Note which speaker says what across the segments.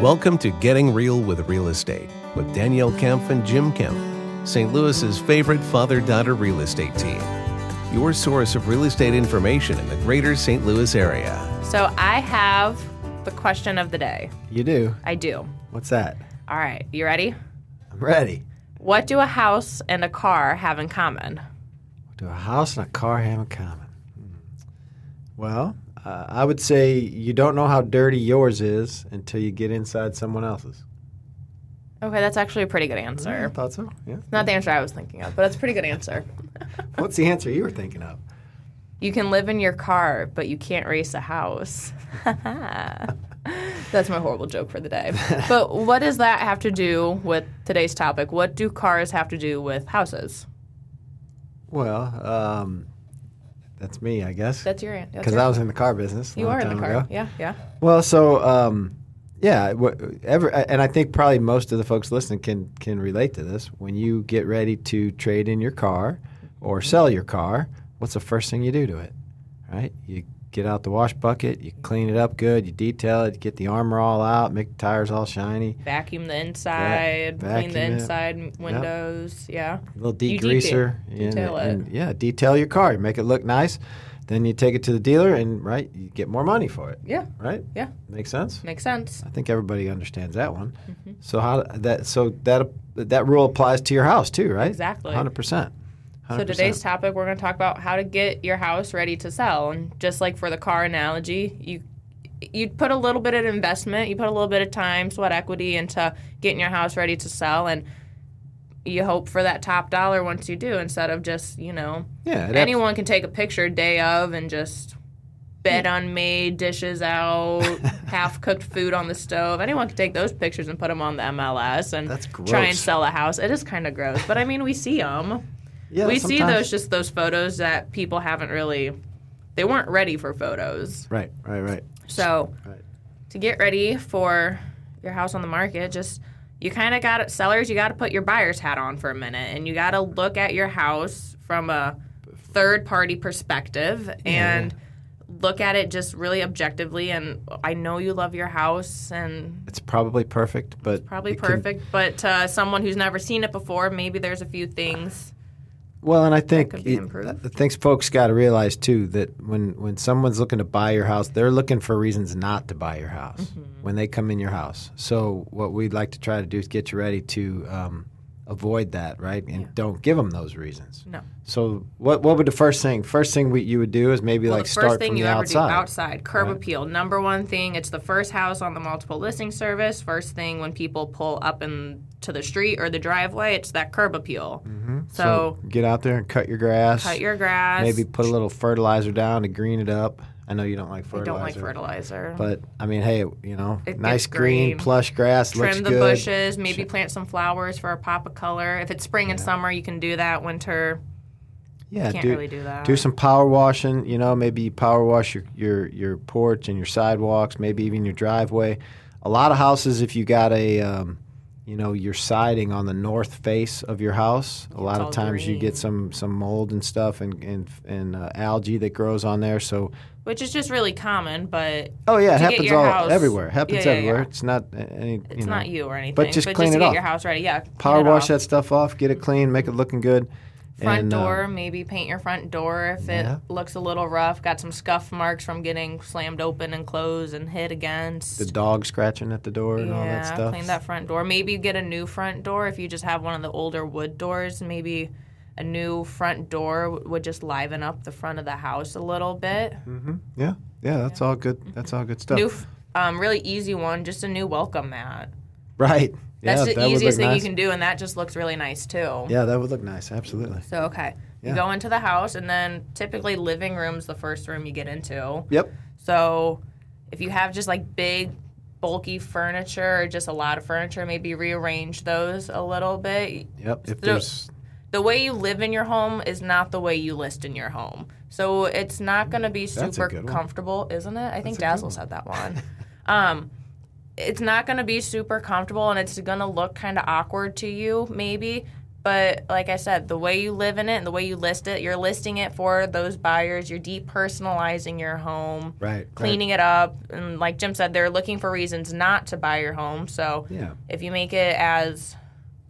Speaker 1: Welcome to Getting Real with Real Estate with Danielle Kempf and Jim Kemp, St. Louis's favorite father daughter real estate team. Your source of real estate information in the greater St. Louis area.
Speaker 2: So I have the question of the day.
Speaker 3: You do.
Speaker 2: I do.
Speaker 3: What's that?
Speaker 2: All right, you ready?
Speaker 3: I'm ready.
Speaker 2: What do a house and a car have in common?
Speaker 3: Do a house and a car have in common? Hmm. Well, uh, I would say you don't know how dirty yours is until you get inside someone else's.
Speaker 2: Okay, that's actually a pretty good answer.
Speaker 3: I thought so. Yeah.
Speaker 2: Not the answer I was thinking of, but that's a pretty good answer.
Speaker 3: What's the answer you were thinking of?
Speaker 2: You can live in your car, but you can't race a house. That's my horrible joke for the day. But what does that have to do with today's topic? What do cars have to do with houses?
Speaker 3: Well, um, that's me, I guess.
Speaker 2: That's your answer.
Speaker 3: Because I was in the car business. a
Speaker 2: you
Speaker 3: long
Speaker 2: are in the
Speaker 3: time
Speaker 2: car.
Speaker 3: ago.
Speaker 2: Yeah, yeah.
Speaker 3: Well, so um, yeah, wha- ever, and I think probably most of the folks listening can can relate to this. When you get ready to trade in your car or sell your car, what's the first thing you do to it? Right? You get out the wash bucket, you clean it up good, you detail it, get the armor all out, make the tires all shiny,
Speaker 2: Vacuum the inside, clean
Speaker 3: vacuum
Speaker 2: the
Speaker 3: it.
Speaker 2: inside windows. Yeah.
Speaker 3: a little
Speaker 2: You
Speaker 3: degreaser,
Speaker 2: detail-
Speaker 3: and-
Speaker 2: detail it.
Speaker 3: and- yeah, detail your car, make it look nice. Then you take it to the dealer, and right, you get more money for it.
Speaker 2: Yeah.
Speaker 3: Right?
Speaker 2: Yeah.
Speaker 3: Makes sense.
Speaker 2: Makes sense.
Speaker 3: I think everybody understands that one.
Speaker 2: Mm-hmm.
Speaker 3: So how that so that that rule applies to your house too, right?
Speaker 2: Exactly.
Speaker 3: Hundred percent.
Speaker 2: So today's topic, we're going to talk about how to get your house ready to sell. And just like for the car analogy, you you put a little bit of investment, you put a little bit of time, sweat equity into getting your house ready to sell, and you hope for that top dollar once you do, instead of just you know
Speaker 3: yeah, it abs-
Speaker 2: anyone can take a picture day of and just bed unmade, dishes out, half cooked food on the stove. Anyone can take those pictures and put them on the MLS and
Speaker 3: That's
Speaker 2: try and
Speaker 3: gross.
Speaker 2: sell a house. It is kind of gross, but I mean we see them
Speaker 3: yeah,
Speaker 2: we see
Speaker 3: sometimes-
Speaker 2: those just those photos that people haven't really they weren't ready for photos
Speaker 3: Right, right, right.
Speaker 2: so
Speaker 3: Right.
Speaker 2: to get ready for your house on the market just you kind of got to sellers you got to put your buyer's hat on for a minute and you got to look at your house from a third party perspective and look at it just really objectively and i know you love your house and
Speaker 3: It's probably perfect, but
Speaker 2: probably
Speaker 3: it can-
Speaker 2: perfect but uh, someone who's never seen it before maybe there's a few things
Speaker 3: well, and I think
Speaker 2: could be
Speaker 3: it-
Speaker 2: improved.
Speaker 3: I think folks got to realize too that when when someone's looking to buy your house, they're looking for reasons not to buy your house
Speaker 2: Mm-hmm.
Speaker 3: when they come in your house. So what we'd like to try to do is get you ready to um, avoid that, right? And don't give them those reasons.
Speaker 2: no
Speaker 3: So what what would the first thing? First thing we, you would do is maybe
Speaker 2: Well,
Speaker 3: like
Speaker 2: the first
Speaker 3: start
Speaker 2: thing
Speaker 3: from
Speaker 2: you
Speaker 3: the
Speaker 2: ever
Speaker 3: outside.
Speaker 2: do outside curb appeal number one thing it's the first house on the multiple listing service first thing when people pull up in to the street or the driveway it's that curb appeal
Speaker 3: Mm-hmm.
Speaker 2: so,
Speaker 3: get out there and cut your grass.
Speaker 2: cut your grass
Speaker 3: maybe put a little fertilizer down to green it up. I know you don't like
Speaker 2: I
Speaker 3: fertilizer.
Speaker 2: don't like fertilizer
Speaker 3: But I mean, hey, you know,
Speaker 2: It
Speaker 3: nice
Speaker 2: gets
Speaker 3: green,
Speaker 2: green.
Speaker 3: plush grass looks
Speaker 2: trim the
Speaker 3: good.
Speaker 2: bushes maybe plant some flowers for a pop of color if it's spring and summer you can do that winter
Speaker 3: Yeah,
Speaker 2: can't
Speaker 3: do,
Speaker 2: really do that
Speaker 3: do some power washing. You know, maybe you power wash your, your your porch and your sidewalks, maybe even your driveway. A lot of houses, if you got a, um, you know, your siding on the north face of your house, a lot
Speaker 2: all
Speaker 3: of times you
Speaker 2: green.
Speaker 3: get some some mold and stuff and and, and uh, algae that grows on there. So,
Speaker 2: which is just really common but
Speaker 3: oh yeah,
Speaker 2: To
Speaker 3: it
Speaker 2: get
Speaker 3: happens
Speaker 2: your
Speaker 3: all
Speaker 2: house-
Speaker 3: everywhere. It
Speaker 2: Yeah,
Speaker 3: happens
Speaker 2: yeah,
Speaker 3: everywhere.
Speaker 2: yeah.
Speaker 3: It's not uh, any.
Speaker 2: it's
Speaker 3: you know,
Speaker 2: not you or anything
Speaker 3: just
Speaker 2: but
Speaker 3: clean
Speaker 2: just
Speaker 3: it
Speaker 2: to get
Speaker 3: off.
Speaker 2: your house ready yeah clean
Speaker 3: Power
Speaker 2: it
Speaker 3: wash
Speaker 2: off.
Speaker 3: that stuff off, get it clean, make it looking good.
Speaker 2: front
Speaker 3: and, uh,
Speaker 2: door maybe paint your front door if
Speaker 3: Yeah.
Speaker 2: it looks a little rough got some scuff marks from getting slammed open and closed and hit against
Speaker 3: the dog scratching at the door and
Speaker 2: yeah
Speaker 3: all that stuff.
Speaker 2: clean that front door maybe you get a new front door if you just have one of the older wood doors maybe a new front door w- would just liven up the front of the house a little bit
Speaker 3: Yeah, yeah, that's all good. That's all good stuff.
Speaker 2: new f- um, really easy one just a new welcome mat
Speaker 3: right.
Speaker 2: that's
Speaker 3: yeah,
Speaker 2: the
Speaker 3: that would
Speaker 2: easiest
Speaker 3: look
Speaker 2: thing
Speaker 3: nice.
Speaker 2: you can do and that just looks really nice too
Speaker 3: Yeah, that would look nice. Absolutely.
Speaker 2: so okay you
Speaker 3: Yeah.
Speaker 2: go into the house and then typically living room's the first room you get into
Speaker 3: Yep.
Speaker 2: So if you have just like big, bulky furniture or just a lot of furniture, maybe rearrange those a little bit.
Speaker 3: Yep. If
Speaker 2: So-
Speaker 3: there's
Speaker 2: The way you live in your home is not the way you list in your home. So it's not going to be
Speaker 3: a
Speaker 2: super
Speaker 3: good one.
Speaker 2: comfortable, isn't it? I think
Speaker 3: a good
Speaker 2: Dazzle said that one. um, it's not going to be super comfortable and it's going to look kind of awkward to you, maybe. But like I said, the way you live in it and the way you list it, you're listing it for those buyers. You're depersonalizing your home,
Speaker 3: Right.
Speaker 2: cleaning it up. And like Jim said, they're looking for reasons not to buy your home. So
Speaker 3: Yeah.
Speaker 2: if you make it as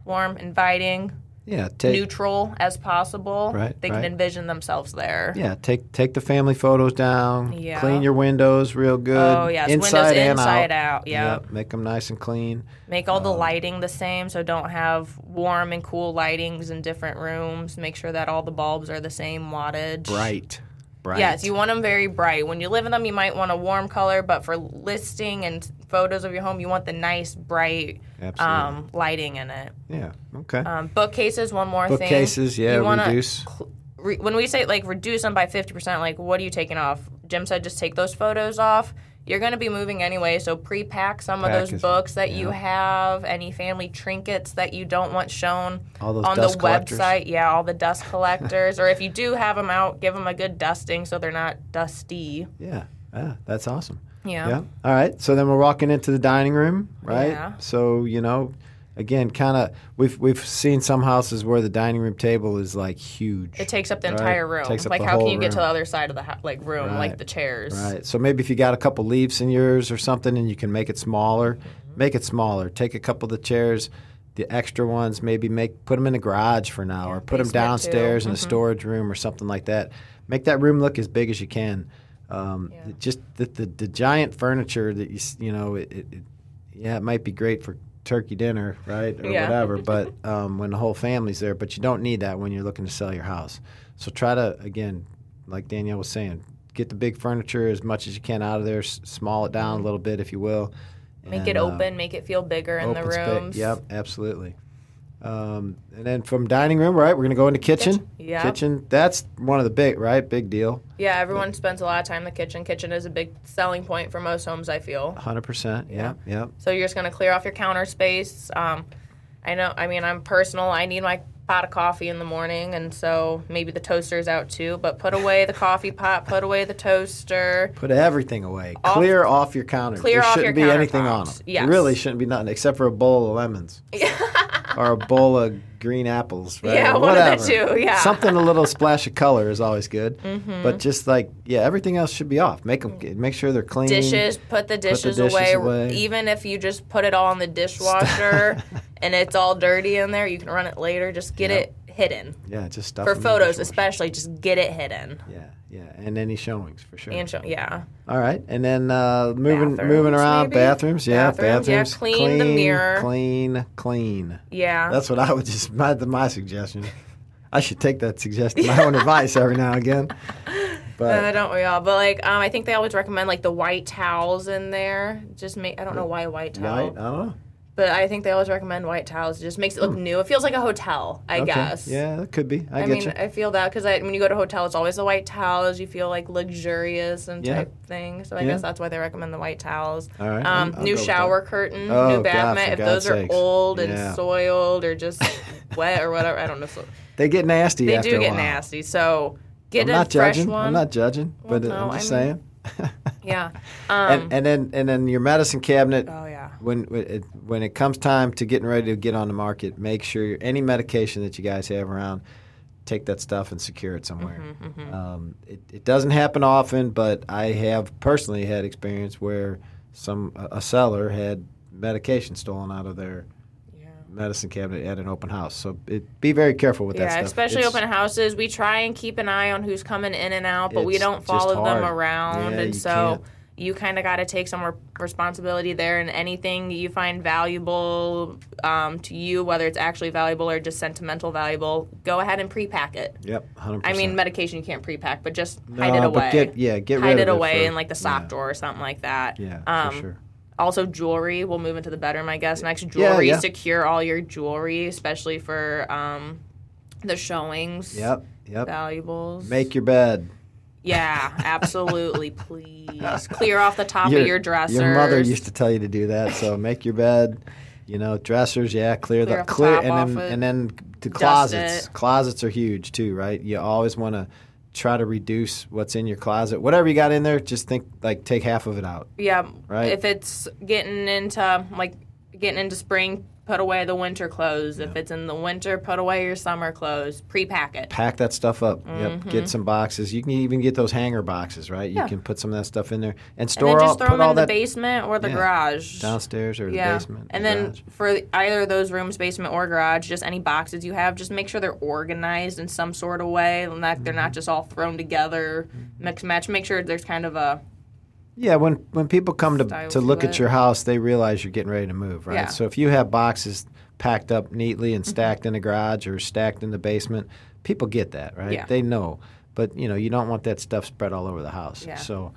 Speaker 2: warm, inviting,
Speaker 3: Yeah. Take,
Speaker 2: neutral as possible,
Speaker 3: Right,
Speaker 2: they
Speaker 3: right.
Speaker 2: can envision themselves there.
Speaker 3: yeah. Take take the family photos down.
Speaker 2: Yeah.
Speaker 3: Clean your windows real good.
Speaker 2: Oh, yes.
Speaker 3: Inside
Speaker 2: Windows
Speaker 3: and
Speaker 2: inside
Speaker 3: out.
Speaker 2: out. Yep.
Speaker 3: Yep, Make them nice and clean.
Speaker 2: Make all the
Speaker 3: Um,
Speaker 2: lighting the same, so don't have warm and cool lightings in different rooms. Make sure that all the bulbs are the same wattage.
Speaker 3: Bright. Bright.
Speaker 2: Yes, you want them very bright. When you live in them, you might want a warm color, but for listing and photos of your home, you want the nice, bright
Speaker 3: Absolutely.
Speaker 2: um, lighting in it.
Speaker 3: yeah. Okay.
Speaker 2: Um, bookcases, one more thing.
Speaker 3: Bookcases, yeah,
Speaker 2: You wanna
Speaker 3: reduce.
Speaker 2: cl- re- when we say like reduce them by 50%, like what are you taking off? Jim said just take those photos off. You're going to be moving anyway, so pre-pack some of those
Speaker 3: Pack is-
Speaker 2: books that you have, any family trinkets that you don't want shown
Speaker 3: All those
Speaker 2: on
Speaker 3: dust
Speaker 2: the
Speaker 3: collectors.
Speaker 2: website. Yeah, all the dust collectors, or if you do have them out, give them a good dusting so they're not dusty.
Speaker 3: yeah. Yeah. That's awesome.
Speaker 2: Yeah.
Speaker 3: Yeah. All right. So then we're walking into the dining room, right?
Speaker 2: Yeah.
Speaker 3: So you know, again, kind of we've we've seen some houses where the dining room table is like huge.
Speaker 2: It takes up the
Speaker 3: Right.
Speaker 2: entire room.
Speaker 3: Takes up
Speaker 2: like
Speaker 3: the
Speaker 2: how can
Speaker 3: whole
Speaker 2: you get to the
Speaker 3: room.
Speaker 2: other side of the ho- like room,
Speaker 3: Right.
Speaker 2: like the chairs?
Speaker 3: Right. So maybe if you got a couple leaves in yours or something, and you can make it smaller,
Speaker 2: Mm-hmm.
Speaker 3: make it smaller. Take a couple of the chairs, the extra ones, maybe make put them in the garage for now, or put them
Speaker 2: basement too. Mm-hmm.
Speaker 3: downstairs in a storage room or something like that. Make that room look as big as you can. Um, it Just the, the the giant furniture that you s- you know it, it, it yeah it might be great for turkey dinner right or
Speaker 2: Yeah.
Speaker 3: whatever but um, when the whole family's there but you don't need that when you're looking to sell your house so try to again like danielle was saying get the big furniture as much as you can out of there s- small it down a little bit if you will
Speaker 2: Make it
Speaker 3: and, uh,
Speaker 2: open, make it feel bigger in the
Speaker 3: open spa-
Speaker 2: rooms.
Speaker 3: yep absolutely um, and then from dining room right we're going to go into kitchen
Speaker 2: Kitchen, yeah.
Speaker 3: kitchen that's one of the big right big deal
Speaker 2: Yeah, everyone spends a lot of time in the kitchen. Kitchen is a big selling point for most homes, I feel.
Speaker 3: 100% yeah yeah
Speaker 2: So you're just going to clear off your counter space. Um, I know, I mean, I'm personal. I need my pot of coffee in the morning, and so maybe the toaster's out too, but put away the coffee pot, put away the toaster.
Speaker 3: Put everything away.
Speaker 2: Off-
Speaker 3: clear off your counter.
Speaker 2: Clear
Speaker 3: there
Speaker 2: off
Speaker 3: shouldn't
Speaker 2: your
Speaker 3: be anything on them.
Speaker 2: countertops. Yes.
Speaker 3: really shouldn't be nothing except for a bowl of lemons or a bowl of green apples. Right?
Speaker 2: Yeah,
Speaker 3: Or
Speaker 2: one of the
Speaker 3: whatever.
Speaker 2: two, yeah. Mm-hmm.
Speaker 3: something a little splash of color is always good. But just like yeah, everything else should be off. Make them make sure they're clean.
Speaker 2: Dishes, put the dishes,
Speaker 3: dishes
Speaker 2: away.
Speaker 3: away.
Speaker 2: Even if you just put it all in the dishwasher and it's all dirty in there, you can run it later. Just get it hidden.
Speaker 3: Yeah, just stuff
Speaker 2: For
Speaker 3: them in the
Speaker 2: photos,
Speaker 3: dishwasher.
Speaker 2: especially, just get it hidden.
Speaker 3: Yeah, yeah, and any showings for sure.
Speaker 2: And show, yeah.
Speaker 3: All right, and then uh, moving
Speaker 2: Bathrooms,
Speaker 3: moving around
Speaker 2: maybe?
Speaker 3: bathrooms. Yeah,
Speaker 2: Bathrooms, yeah, clean the mirror.
Speaker 3: Clean, clean.
Speaker 2: Yeah.
Speaker 3: That's what I would just my, my suggestion. I should take that suggestion, my own advice every now and again.
Speaker 2: Uh,
Speaker 3: But
Speaker 2: don't we all? But like, um, I think they always recommend like the white towels in there. Just make I don't know why a white
Speaker 3: right, I
Speaker 2: towel,
Speaker 3: don't know.
Speaker 2: but I think they always recommend white towels. It just makes it look new. It feels like a hotel, I
Speaker 3: Hmm. Okay.
Speaker 2: guess.
Speaker 3: Yeah, that could be. I,
Speaker 2: I
Speaker 3: get
Speaker 2: mean,
Speaker 3: you.
Speaker 2: I feel that because when you go to hotels, it's always the white towels. You feel like luxurious and
Speaker 3: Yeah.
Speaker 2: type thing. So I
Speaker 3: Yeah.
Speaker 2: guess that's why they recommend the white towels.
Speaker 3: All right,
Speaker 2: Um,
Speaker 3: I'll- I'll go
Speaker 2: new
Speaker 3: with
Speaker 2: shower curtain,
Speaker 3: Oh,
Speaker 2: new
Speaker 3: God,
Speaker 2: bath
Speaker 3: for
Speaker 2: mat. If
Speaker 3: God's
Speaker 2: those are
Speaker 3: sakes.
Speaker 2: old and
Speaker 3: Yeah.
Speaker 2: soiled or just wet or whatever, I don't know. So-
Speaker 3: they get nasty.
Speaker 2: They
Speaker 3: after
Speaker 2: do
Speaker 3: a
Speaker 2: get
Speaker 3: while.
Speaker 2: nasty. So get
Speaker 3: I'm
Speaker 2: a
Speaker 3: not
Speaker 2: fresh
Speaker 3: judging.
Speaker 2: one.
Speaker 3: I'm not judging,
Speaker 2: Well,
Speaker 3: but
Speaker 2: no,
Speaker 3: I'm just
Speaker 2: I um,
Speaker 3: saying.
Speaker 2: Yeah.
Speaker 3: and, and then and then your medicine cabinet.
Speaker 2: Oh yeah.
Speaker 3: When when it, when it comes time to getting ready to get on the market, make sure any medication that you guys have around, take that stuff and secure it somewhere.
Speaker 2: Mm-hmm,
Speaker 3: Um, it, it doesn't happen often, but I have personally had experience where some a a seller had medication stolen out of their
Speaker 2: Yeah.
Speaker 3: medicine cabinet at an open house. So it, be very careful with that
Speaker 2: Yeah,
Speaker 3: stuff.
Speaker 2: especially
Speaker 3: It's-
Speaker 2: open houses. We try and keep an eye on who's coming in and out, but we
Speaker 3: It's
Speaker 2: don't
Speaker 3: just
Speaker 2: follow them
Speaker 3: hard.
Speaker 2: around.
Speaker 3: Yeah,
Speaker 2: and
Speaker 3: you
Speaker 2: so
Speaker 3: can't.
Speaker 2: you kind of got to take some re- responsibility there. And anything you find valuable um, to you, whether it's actually valuable or just sentimental valuable, go ahead and pre-pack it.
Speaker 3: Yep, hundred
Speaker 2: I
Speaker 3: percent.
Speaker 2: mean, medication you can't pre-pack, but just hide it
Speaker 3: No,
Speaker 2: away.
Speaker 3: but get- yeah, get
Speaker 2: hide
Speaker 3: rid
Speaker 2: it
Speaker 3: of it
Speaker 2: away
Speaker 3: for-
Speaker 2: in like the sock
Speaker 3: yeah.
Speaker 2: drawer or something like that.
Speaker 3: yeah,
Speaker 2: um,
Speaker 3: for sure.
Speaker 2: Also, jewelry. We'll move into the bedroom, I guess. Next,
Speaker 3: Yeah,
Speaker 2: jewelry.
Speaker 3: yeah.
Speaker 2: Secure all your jewelry, especially for um, the showings.
Speaker 3: Yep, yep.
Speaker 2: Valuables.
Speaker 3: Make your bed.
Speaker 2: Yeah, absolutely. please clear off the top of your dresser.
Speaker 3: Your mother used to tell you to do that. So make your bed. You know, dressers, yeah, clear,
Speaker 2: Clear
Speaker 3: the
Speaker 2: off the
Speaker 3: clear,
Speaker 2: top off
Speaker 3: and then
Speaker 2: it.
Speaker 3: and then the
Speaker 2: Dust
Speaker 3: closets.
Speaker 2: it.
Speaker 3: Closets are huge too, right? You always want to try to reduce what's in your closet. Whatever you got in there, just think like take half of it out.
Speaker 2: Yeah.
Speaker 3: Right.
Speaker 2: If it's getting into like getting into spring, put away the winter clothes. If it's in the winter, put away your summer clothes. Pre-pack it.
Speaker 3: pack that stuff up. Yep. Get some boxes. You can even get those hanger boxes, right? You
Speaker 2: Mm-hmm. Yeah.
Speaker 3: can put some of that stuff in there and
Speaker 2: And
Speaker 3: store
Speaker 2: then
Speaker 3: all,
Speaker 2: just throw
Speaker 3: put
Speaker 2: them
Speaker 3: all
Speaker 2: in the
Speaker 3: that
Speaker 2: basement or the
Speaker 3: Yeah.
Speaker 2: garage.
Speaker 3: downstairs or
Speaker 2: yeah.
Speaker 3: the basement.
Speaker 2: and
Speaker 3: the
Speaker 2: then
Speaker 3: garage.
Speaker 2: for either of those rooms, basement or garage, just any boxes you have, just make sure they're organized in some sort of way, and that
Speaker 3: Mm-hmm.
Speaker 2: they're not just all thrown together, mix and match. Make sure there's kind of a
Speaker 3: yeah, when when people come to
Speaker 2: Style
Speaker 3: to look
Speaker 2: to
Speaker 3: at
Speaker 2: it.
Speaker 3: your house, they realize you're getting ready to move, right?
Speaker 2: Yeah. Mm-hmm.
Speaker 3: So if you have boxes packed up neatly and stacked in the garage or stacked in the basement, people get that, right?
Speaker 2: Yeah.
Speaker 3: They know. But, you know, you don't want that stuff spread all over the house.
Speaker 2: Yeah.
Speaker 3: So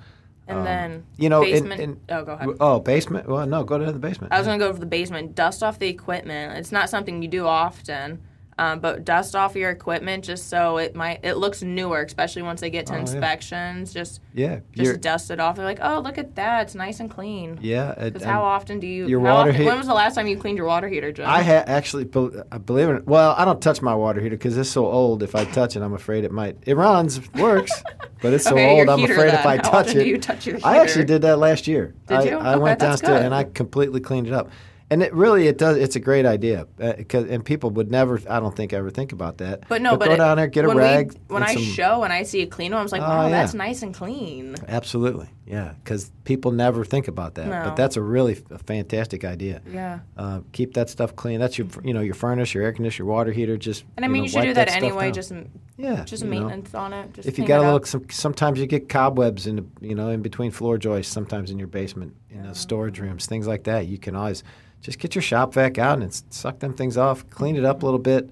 Speaker 2: and
Speaker 3: Um,
Speaker 2: then
Speaker 3: you know, and-
Speaker 2: basement.
Speaker 3: and-
Speaker 2: oh, go ahead.
Speaker 3: Oh, basement? Well, no, go to the basement.
Speaker 2: I was gonna go to the basement, dust off the equipment. It's not something you do often, um, but dust off your equipment just so it might it looks newer, especially once they get to
Speaker 3: Oh, yeah.
Speaker 2: inspections. Just
Speaker 3: yeah.
Speaker 2: just
Speaker 3: you're-
Speaker 2: dust it off. They're like, oh, look at that, it's nice and clean.
Speaker 3: yeah. it-
Speaker 2: Because
Speaker 3: and-
Speaker 2: how often do you?
Speaker 3: your
Speaker 2: how
Speaker 3: water
Speaker 2: often,
Speaker 3: heat-
Speaker 2: When was the last time you cleaned your water heater, Joe?
Speaker 3: I ha- actually bel- I believe it. Well, I don't touch my water heater because it's so old. If I touch it, I'm afraid it might. It runs, works, but it's so
Speaker 2: Okay, your
Speaker 3: old. I'm
Speaker 2: heater
Speaker 3: afraid if
Speaker 2: then.
Speaker 3: I
Speaker 2: How
Speaker 3: touch
Speaker 2: often
Speaker 3: it.
Speaker 2: do you touch your
Speaker 3: I actually
Speaker 2: heater?
Speaker 3: did that last year.
Speaker 2: Did
Speaker 3: I,
Speaker 2: you?
Speaker 3: I
Speaker 2: Okay,
Speaker 3: went
Speaker 2: that's
Speaker 3: downstairs
Speaker 2: good.
Speaker 3: and I completely cleaned it up, and it really it does. It's a great idea, uh, 'cause- and people would never. I don't think ever think about that.
Speaker 2: but no, but
Speaker 3: go
Speaker 2: it-
Speaker 3: down there, get a
Speaker 2: when we-
Speaker 3: rag.
Speaker 2: when
Speaker 3: and
Speaker 2: I
Speaker 3: some-
Speaker 2: show and I see a clean one, I was like,
Speaker 3: Oh,
Speaker 2: wow,
Speaker 3: yeah.
Speaker 2: that's nice and clean.
Speaker 3: Absolutely, yeah, because people never think about that.
Speaker 2: No.
Speaker 3: But that's a really f- a fantastic idea.
Speaker 2: Yeah.
Speaker 3: Uh, keep that stuff clean. That's your, you know, your furnace, your air conditioner, your water heater. Just
Speaker 2: And I mean,
Speaker 3: know,
Speaker 2: you should
Speaker 3: wipe
Speaker 2: do that,
Speaker 3: stuff
Speaker 2: anyway.
Speaker 3: down.
Speaker 2: Just
Speaker 3: yeah,
Speaker 2: just
Speaker 3: you know.
Speaker 2: maintenance on it. Just
Speaker 3: If you
Speaker 2: clean
Speaker 3: got
Speaker 2: it
Speaker 3: a
Speaker 2: up.
Speaker 3: little, some, sometimes you get cobwebs in, the, you know, in between floor joists. Sometimes in your basement, in those storage rooms, things like that. You can always just get your shop vac out and s- suck them things off, clean it up a little bit.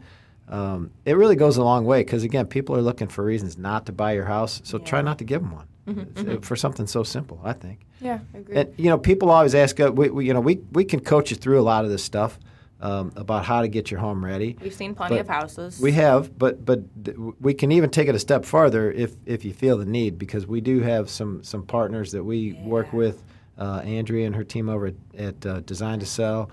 Speaker 3: Um, it really goes a long way because again, people are looking for reasons not to buy your house, so try not to give them one
Speaker 2: Mm-hmm,
Speaker 3: It's- uh, for something so simple. I think.
Speaker 2: Yeah, I agree.
Speaker 3: And you know, people always ask. Uh, we, we, you know, we we can coach you through a lot of this stuff um, about how to get your home ready.
Speaker 2: We've seen plenty
Speaker 3: but
Speaker 2: of houses.
Speaker 3: We have, but but th- we can even take it a step farther if if you feel the need, because we do have some some partners that we work with. Uh, Andrea and her team over at, at uh, Design to Sell.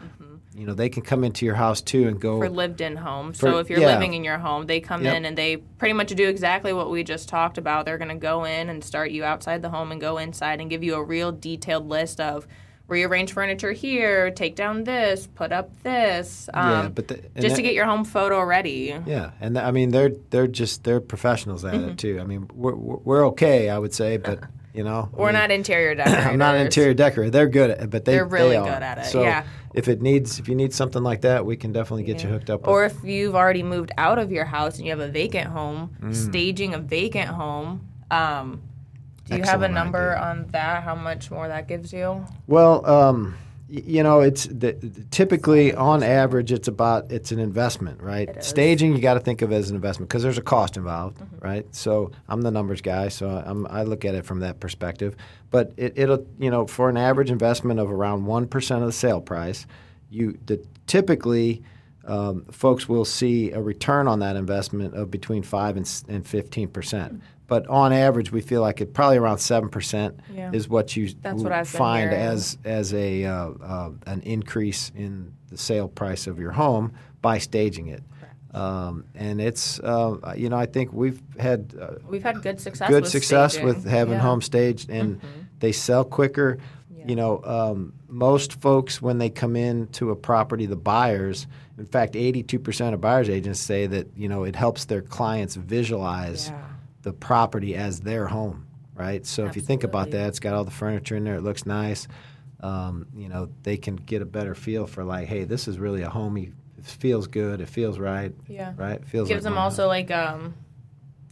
Speaker 3: You know, they can come into your house too and go.
Speaker 2: Mm-hmm. for lived in homes.
Speaker 3: For-
Speaker 2: so if you're
Speaker 3: yeah.
Speaker 2: living in your home, they come
Speaker 3: Yep.
Speaker 2: in and they pretty much do exactly what we just talked about. They're going to go in and start you outside the home and go inside and give you a real detailed list of rearrange furniture here, take down this, put up this, um,
Speaker 3: yeah, but the, and
Speaker 2: just
Speaker 3: that-
Speaker 2: to get your home photo ready.
Speaker 3: Yeah, and th- I mean they're they're just they're professionals at
Speaker 2: Mm-hmm.
Speaker 3: it too. I mean we're we're we're okay, I would say, but you know I
Speaker 2: We're
Speaker 3: mean,
Speaker 2: not interior decorators.
Speaker 3: I'm not an interior decorator. They're good at it, but they
Speaker 2: They're really
Speaker 3: they
Speaker 2: good
Speaker 3: are.
Speaker 2: at it,
Speaker 3: So
Speaker 2: yeah.
Speaker 3: if it needs if you need something like that, we can definitely get you hooked up.
Speaker 2: Or
Speaker 3: with,
Speaker 2: if you've already moved out of your house and you have a vacant home,
Speaker 3: Mm.
Speaker 2: staging a vacant home. Um, do you have a
Speaker 3: Excellent
Speaker 2: number
Speaker 3: idea.
Speaker 2: on that? How much more that gives you?
Speaker 3: well, um, y- you know it's the, typically on average it's about it's an investment, right? Staging you got to think of as an investment because there's a cost involved, right? So I'm the numbers guy, so I'm, I look at it from that perspective. But it, it'll you know for an average investment of around one percent of the sale price, you the typically um, folks will see a return on that investment of between 5 and, s- and 15 percent. But on average, we feel like it probably around 7 percent
Speaker 2: Yeah.
Speaker 3: is what you
Speaker 2: That's
Speaker 3: w-
Speaker 2: what I've been
Speaker 3: find
Speaker 2: hearing.
Speaker 3: as, as a, uh, uh, an increase in the sale price of your home by staging it. Um, and it's, uh, you know, I think we've had uh,
Speaker 2: We've had good success.
Speaker 3: good
Speaker 2: with
Speaker 3: success
Speaker 2: staging.
Speaker 3: with having
Speaker 2: Yeah. Mm-hmm.
Speaker 3: home staged and they sell quicker you know um, most folks when they come in to a property the buyers in fact 82% of buyers agents say that you know it helps their clients visualize
Speaker 2: Yeah.
Speaker 3: the property as their home right so if you think about
Speaker 2: Absolutely.
Speaker 3: that it's got all the furniture in there it looks nice um, you know they can get a better feel for like hey this is really a homey it feels good it feels right
Speaker 2: Yeah.
Speaker 3: right It feels
Speaker 2: Gives
Speaker 3: like
Speaker 2: them
Speaker 3: my home.
Speaker 2: also like um,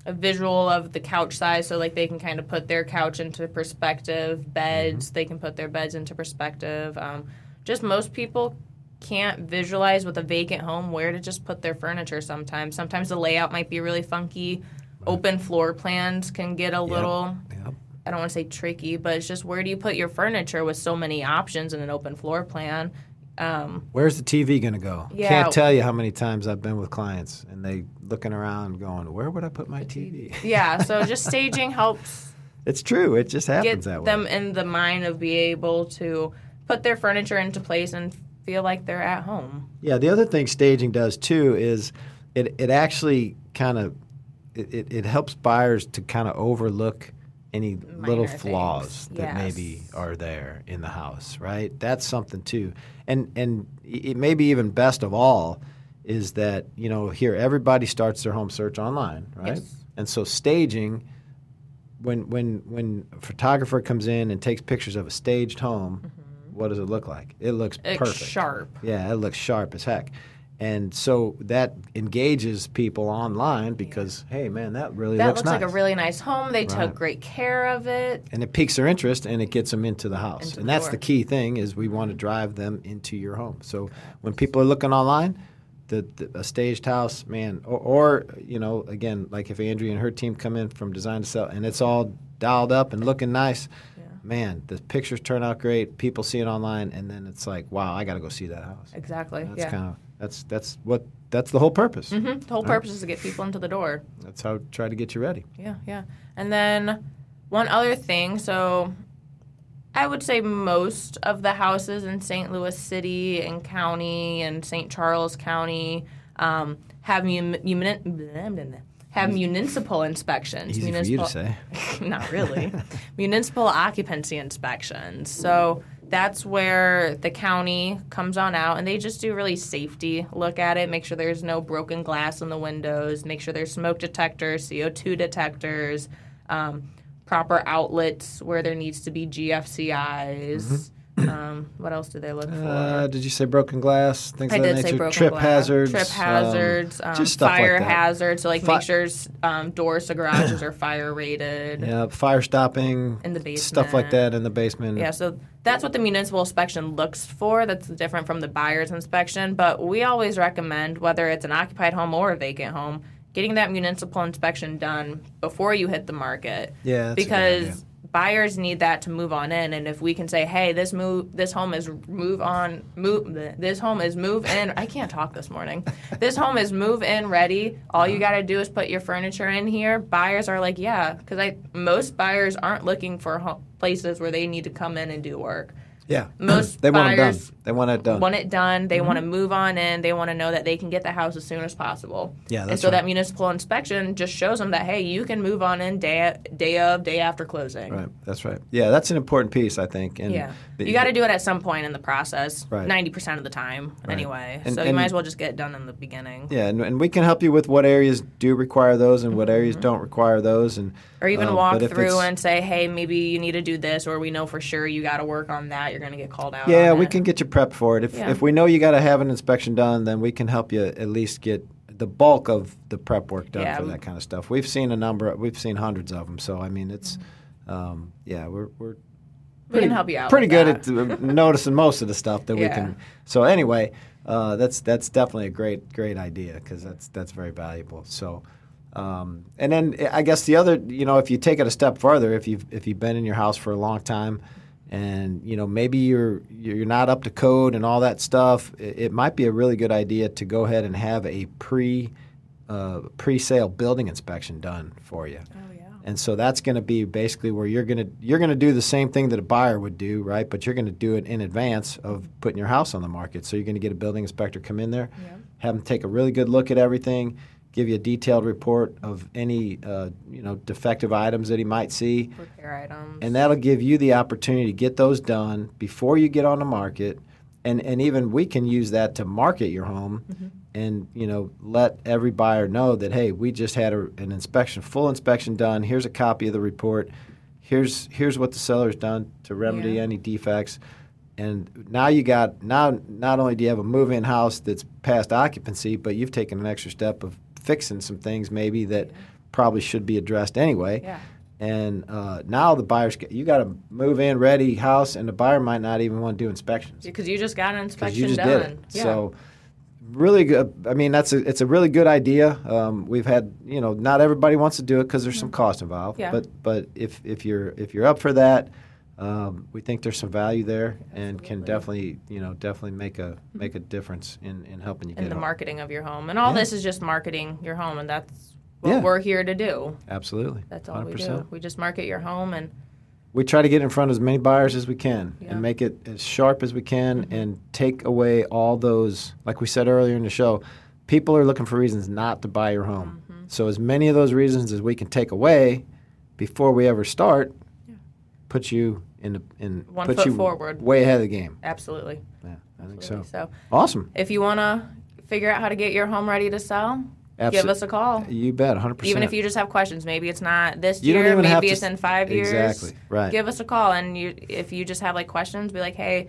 Speaker 2: a visual of the couch size, so like they can kind of put their couch into perspective. Beds,
Speaker 3: Mm-hmm.
Speaker 2: they can put their beds into perspective. Um, just most people can't visualize with a vacant home where to just put their furniture. Sometimes, sometimes the layout might be really funky. Open floor plans can get a little.
Speaker 3: Yep.
Speaker 2: I don't want to say tricky, but it's just where do you put your furniture with so many options in an open floor plan? Um,
Speaker 3: Where's the TV going to go?
Speaker 2: Yeah.
Speaker 3: Can't tell you how many times I've been with clients and they looking around going, "Where would I put my TV?"
Speaker 2: yeah, so just staging helps
Speaker 3: It's true. It just
Speaker 2: get
Speaker 3: happens that
Speaker 2: them
Speaker 3: way.
Speaker 2: in the mind of be able to put their furniture into place and feel like they're at home.
Speaker 3: Yeah. The other thing staging does too is it it actually kind of it, it, it helps buyers to kind of overlook any little
Speaker 2: Minor
Speaker 3: flaws
Speaker 2: things, yes.
Speaker 3: that maybe are there in the house, right? That's something too. And and it maybe even best of all is that, you know, here everybody starts their home search online, right?
Speaker 2: Yes.
Speaker 3: And so staging when when when a photographer comes in and takes pictures of a staged home,
Speaker 2: Mm-hmm.
Speaker 3: what does it look like? It looks
Speaker 2: It's
Speaker 3: perfect.
Speaker 2: sharp.
Speaker 3: Yeah, it looks sharp as heck. And so that engages people online because, hey, man, that really
Speaker 2: that
Speaker 3: looks,
Speaker 2: looks
Speaker 3: nice.
Speaker 2: like a really nice home. They
Speaker 3: Right.
Speaker 2: took great care of it.
Speaker 3: and it piques their interest and it gets them into the house.
Speaker 2: Into
Speaker 3: and
Speaker 2: the
Speaker 3: that's
Speaker 2: door.
Speaker 3: the key thing is we want to drive them into your home. So when people are looking online, the, the a staged house, man, or, or you know, again, like if Andrea and her team come in from design to sell and it's all dialed up and looking nice, man, the pictures turn out great. People see it online, and then it's like, wow, I got to go see that house.
Speaker 2: Exactly.
Speaker 3: That's
Speaker 2: yeah.
Speaker 3: kind of that's that's what that's the whole purpose.
Speaker 2: Mhm. The whole purpose is to get people into the door.
Speaker 3: That's how try to get you ready.
Speaker 2: Yeah, yeah. And then one other thing, so I would say most of the houses in St. Louis City and County and St. Charles County um, have mun- mun- blah, blah, blah, have municipal inspections.
Speaker 3: Easy for you
Speaker 2: municipal,
Speaker 3: to say.
Speaker 2: not really. municipal occupancy inspections. So that's where the county comes on out and they just do really safety look at it, make sure there's no broken glass in the windows, make sure there's smoke detectors, CO2 detectors, um, proper outlets where there needs to be GFCIs. Um, what else do they look for?
Speaker 3: Mm-hmm. Uh, did you say broken glass? Things
Speaker 2: I
Speaker 3: of that
Speaker 2: did
Speaker 3: nature.
Speaker 2: say broken
Speaker 3: trip
Speaker 2: glass.
Speaker 3: hazards.
Speaker 2: trip
Speaker 3: um,
Speaker 2: hazards, um,
Speaker 3: just stuff like
Speaker 2: fire
Speaker 3: that.
Speaker 2: hazards. So like
Speaker 3: Fi-
Speaker 2: make sure um, doors to garages are fire rated.
Speaker 3: Yeah, fire stopping.
Speaker 2: In the
Speaker 3: Stuff like
Speaker 2: basement.
Speaker 3: that in the basement.
Speaker 2: Yeah, so that's what the municipal inspection looks for. That's different from the buyer's inspection. But we always recommend, whether it's an occupied home or a vacant home, getting that municipal inspection done before you hit the market.
Speaker 3: Yeah, that's a good idea.
Speaker 2: because buyers need that to move on in. And if we can say, hey, this move, this home is move on, move, this home is move in. I can't talk this morning. This home is move in ready. All
Speaker 3: Uh-huh.
Speaker 2: you got to do is put your furniture in here. Buyers are like, yeah, because I most buyers aren't looking for ho- places where they need to come in and do work.
Speaker 3: Yeah.
Speaker 2: Most
Speaker 3: they want it done.
Speaker 2: buyers
Speaker 3: They want it done.
Speaker 2: Want it done. They want to
Speaker 3: Mm-hmm.
Speaker 2: move on in. They want to know that they can get the house as soon as possible.
Speaker 3: Yeah,
Speaker 2: and
Speaker 3: that's
Speaker 2: so
Speaker 3: right.
Speaker 2: that municipal inspection just shows them that hey, you can move on in day day of day after closing.
Speaker 3: right. That's right. Yeah, that's an important piece, I think. And
Speaker 2: Yeah,
Speaker 3: the-
Speaker 2: you got to do it at some point in the process.
Speaker 3: Right.
Speaker 2: Ninety percent of the time, anyway.
Speaker 3: And-
Speaker 2: so you
Speaker 3: and-
Speaker 2: might as well just get it done in the beginning,
Speaker 3: Yeah, and, and we can help you with what areas do require those and what areas don't require those, and
Speaker 2: Mm-hmm. or even
Speaker 3: um,
Speaker 2: walk
Speaker 3: but if
Speaker 2: through
Speaker 3: it's-
Speaker 2: and say, hey, maybe you need to do this, or we know for sure you got to work on that. You're going to get called out.
Speaker 3: Yeah,
Speaker 2: on
Speaker 3: we
Speaker 2: it.
Speaker 3: can get you prepped for it. If,
Speaker 2: Yeah.
Speaker 3: if we know you got to have an inspection done, then we can help you at least get the bulk of the prep work done
Speaker 2: Yeah.
Speaker 3: for that kind of stuff. We've seen a number, we've seen hundreds of them. So I mean, it's um, yeah, we're we're
Speaker 2: we can help you out.
Speaker 3: pretty
Speaker 2: with
Speaker 3: good
Speaker 2: that.
Speaker 3: at uh, noticing most of the stuff that we
Speaker 2: Yeah.
Speaker 3: can. So anyway, uh, that's that's definitely a great great idea because that's that's very valuable. So. Um, and then I- I guess the other, you know, if you take it a step further, if you've if you've been in your house for a long time, and you know maybe you're you're not up to code and all that stuff, it, it might be a really good idea to go ahead and have a pre uh, pre-sale building inspection done for you.
Speaker 2: Oh, yeah.
Speaker 3: And so that's going to be basically where you're going to you're going to do the same thing that a buyer would do, right? But you're going to do it in advance of putting your house on the market. So you're going to get a building inspector come in there, have them take a really good look at everything, give you a detailed report of any uh, you know defective items that he might see,
Speaker 2: Repair items.
Speaker 3: and that'll give you the opportunity to get those done before you get on the market and and even we can use that to market your home and you know let every buyer know that hey we just had a, an inspection full inspection done here's a copy of the report here's here's what the seller's done to remedy
Speaker 2: Yeah.
Speaker 3: any defects and now you got now not only do you have a move-in house that's past occupancy but you've taken an extra step of fixing some things maybe that probably should be addressed anyway
Speaker 2: yeah.
Speaker 3: and uh, now the buyers, get- you got to move in ready house, and the buyer might not even want to do inspections
Speaker 2: because you just got an
Speaker 3: because
Speaker 2: inspection
Speaker 3: you just
Speaker 2: done.
Speaker 3: did it.
Speaker 2: Yeah.
Speaker 3: So really good. I mean, that's a, it's a really good idea. Um, we've had you know not everybody wants to do it because there's some cost involved.
Speaker 2: Mm-hmm. Yeah.
Speaker 3: But but if if you're if you're up for that, um, we think there's some value there and can definitely you know definitely make a make a difference in, in helping you
Speaker 2: and
Speaker 3: get
Speaker 2: Mm-hmm. the
Speaker 3: home.
Speaker 2: marketing of your home, and all
Speaker 3: Yeah.
Speaker 2: this is just marketing your home, and that's what
Speaker 3: Yeah.
Speaker 2: we're here to do.
Speaker 3: Absolutely.
Speaker 2: That's all we do. We just market your home, and
Speaker 3: we try to get in front of as many buyers as we can
Speaker 2: Yeah. Mm-hmm.
Speaker 3: and make it as sharp as we can and take away all those like we said earlier in the show
Speaker 2: Mm-hmm.
Speaker 3: people are looking for reasons not to buy your home so as many of those reasons as we can take away before we ever start puts you in the in
Speaker 2: One
Speaker 3: puts
Speaker 2: foot
Speaker 3: you
Speaker 2: forward.
Speaker 3: way ahead of the game.
Speaker 2: Absolutely.
Speaker 3: Yeah, I think so.
Speaker 2: Absolutely. So
Speaker 3: Awesome.
Speaker 2: if you want to figure out how to get your home ready to sell, give
Speaker 3: Absolutely.
Speaker 2: us a call.
Speaker 3: You bet, 100%.
Speaker 2: Even if you just have questions, maybe it's not this
Speaker 3: You don't
Speaker 2: year,
Speaker 3: even have
Speaker 2: maybe
Speaker 3: to
Speaker 2: it's
Speaker 3: s-
Speaker 2: in five years.
Speaker 3: Exactly, right.
Speaker 2: Give us a call, and you, if you just have like questions, be like, hey,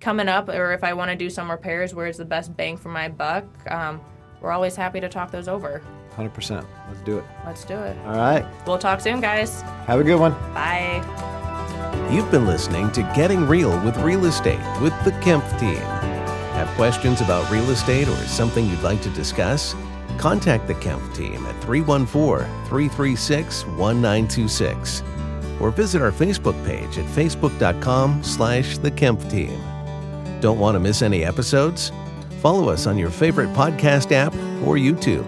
Speaker 2: coming up, or if I want to do some repairs, where's the best bang for my buck? Um, we're always happy to talk those over.
Speaker 3: 100%. Let's do it.
Speaker 2: Let's do it.
Speaker 3: All right.
Speaker 2: We'll talk soon, guys.
Speaker 3: Have a good one.
Speaker 2: Bye.
Speaker 1: You've been listening to Getting Real with Real Estate with the Kemp team. Have questions about real estate or something you'd like to discuss? Contact the Kemp team at 314 336 1926 or visit our Facebook page at facebook.com slash the Kemp team. Don't want to miss any episodes? Follow us on your favorite podcast app or YouTube.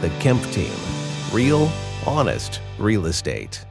Speaker 1: The Kemp team. Real, honest real estate.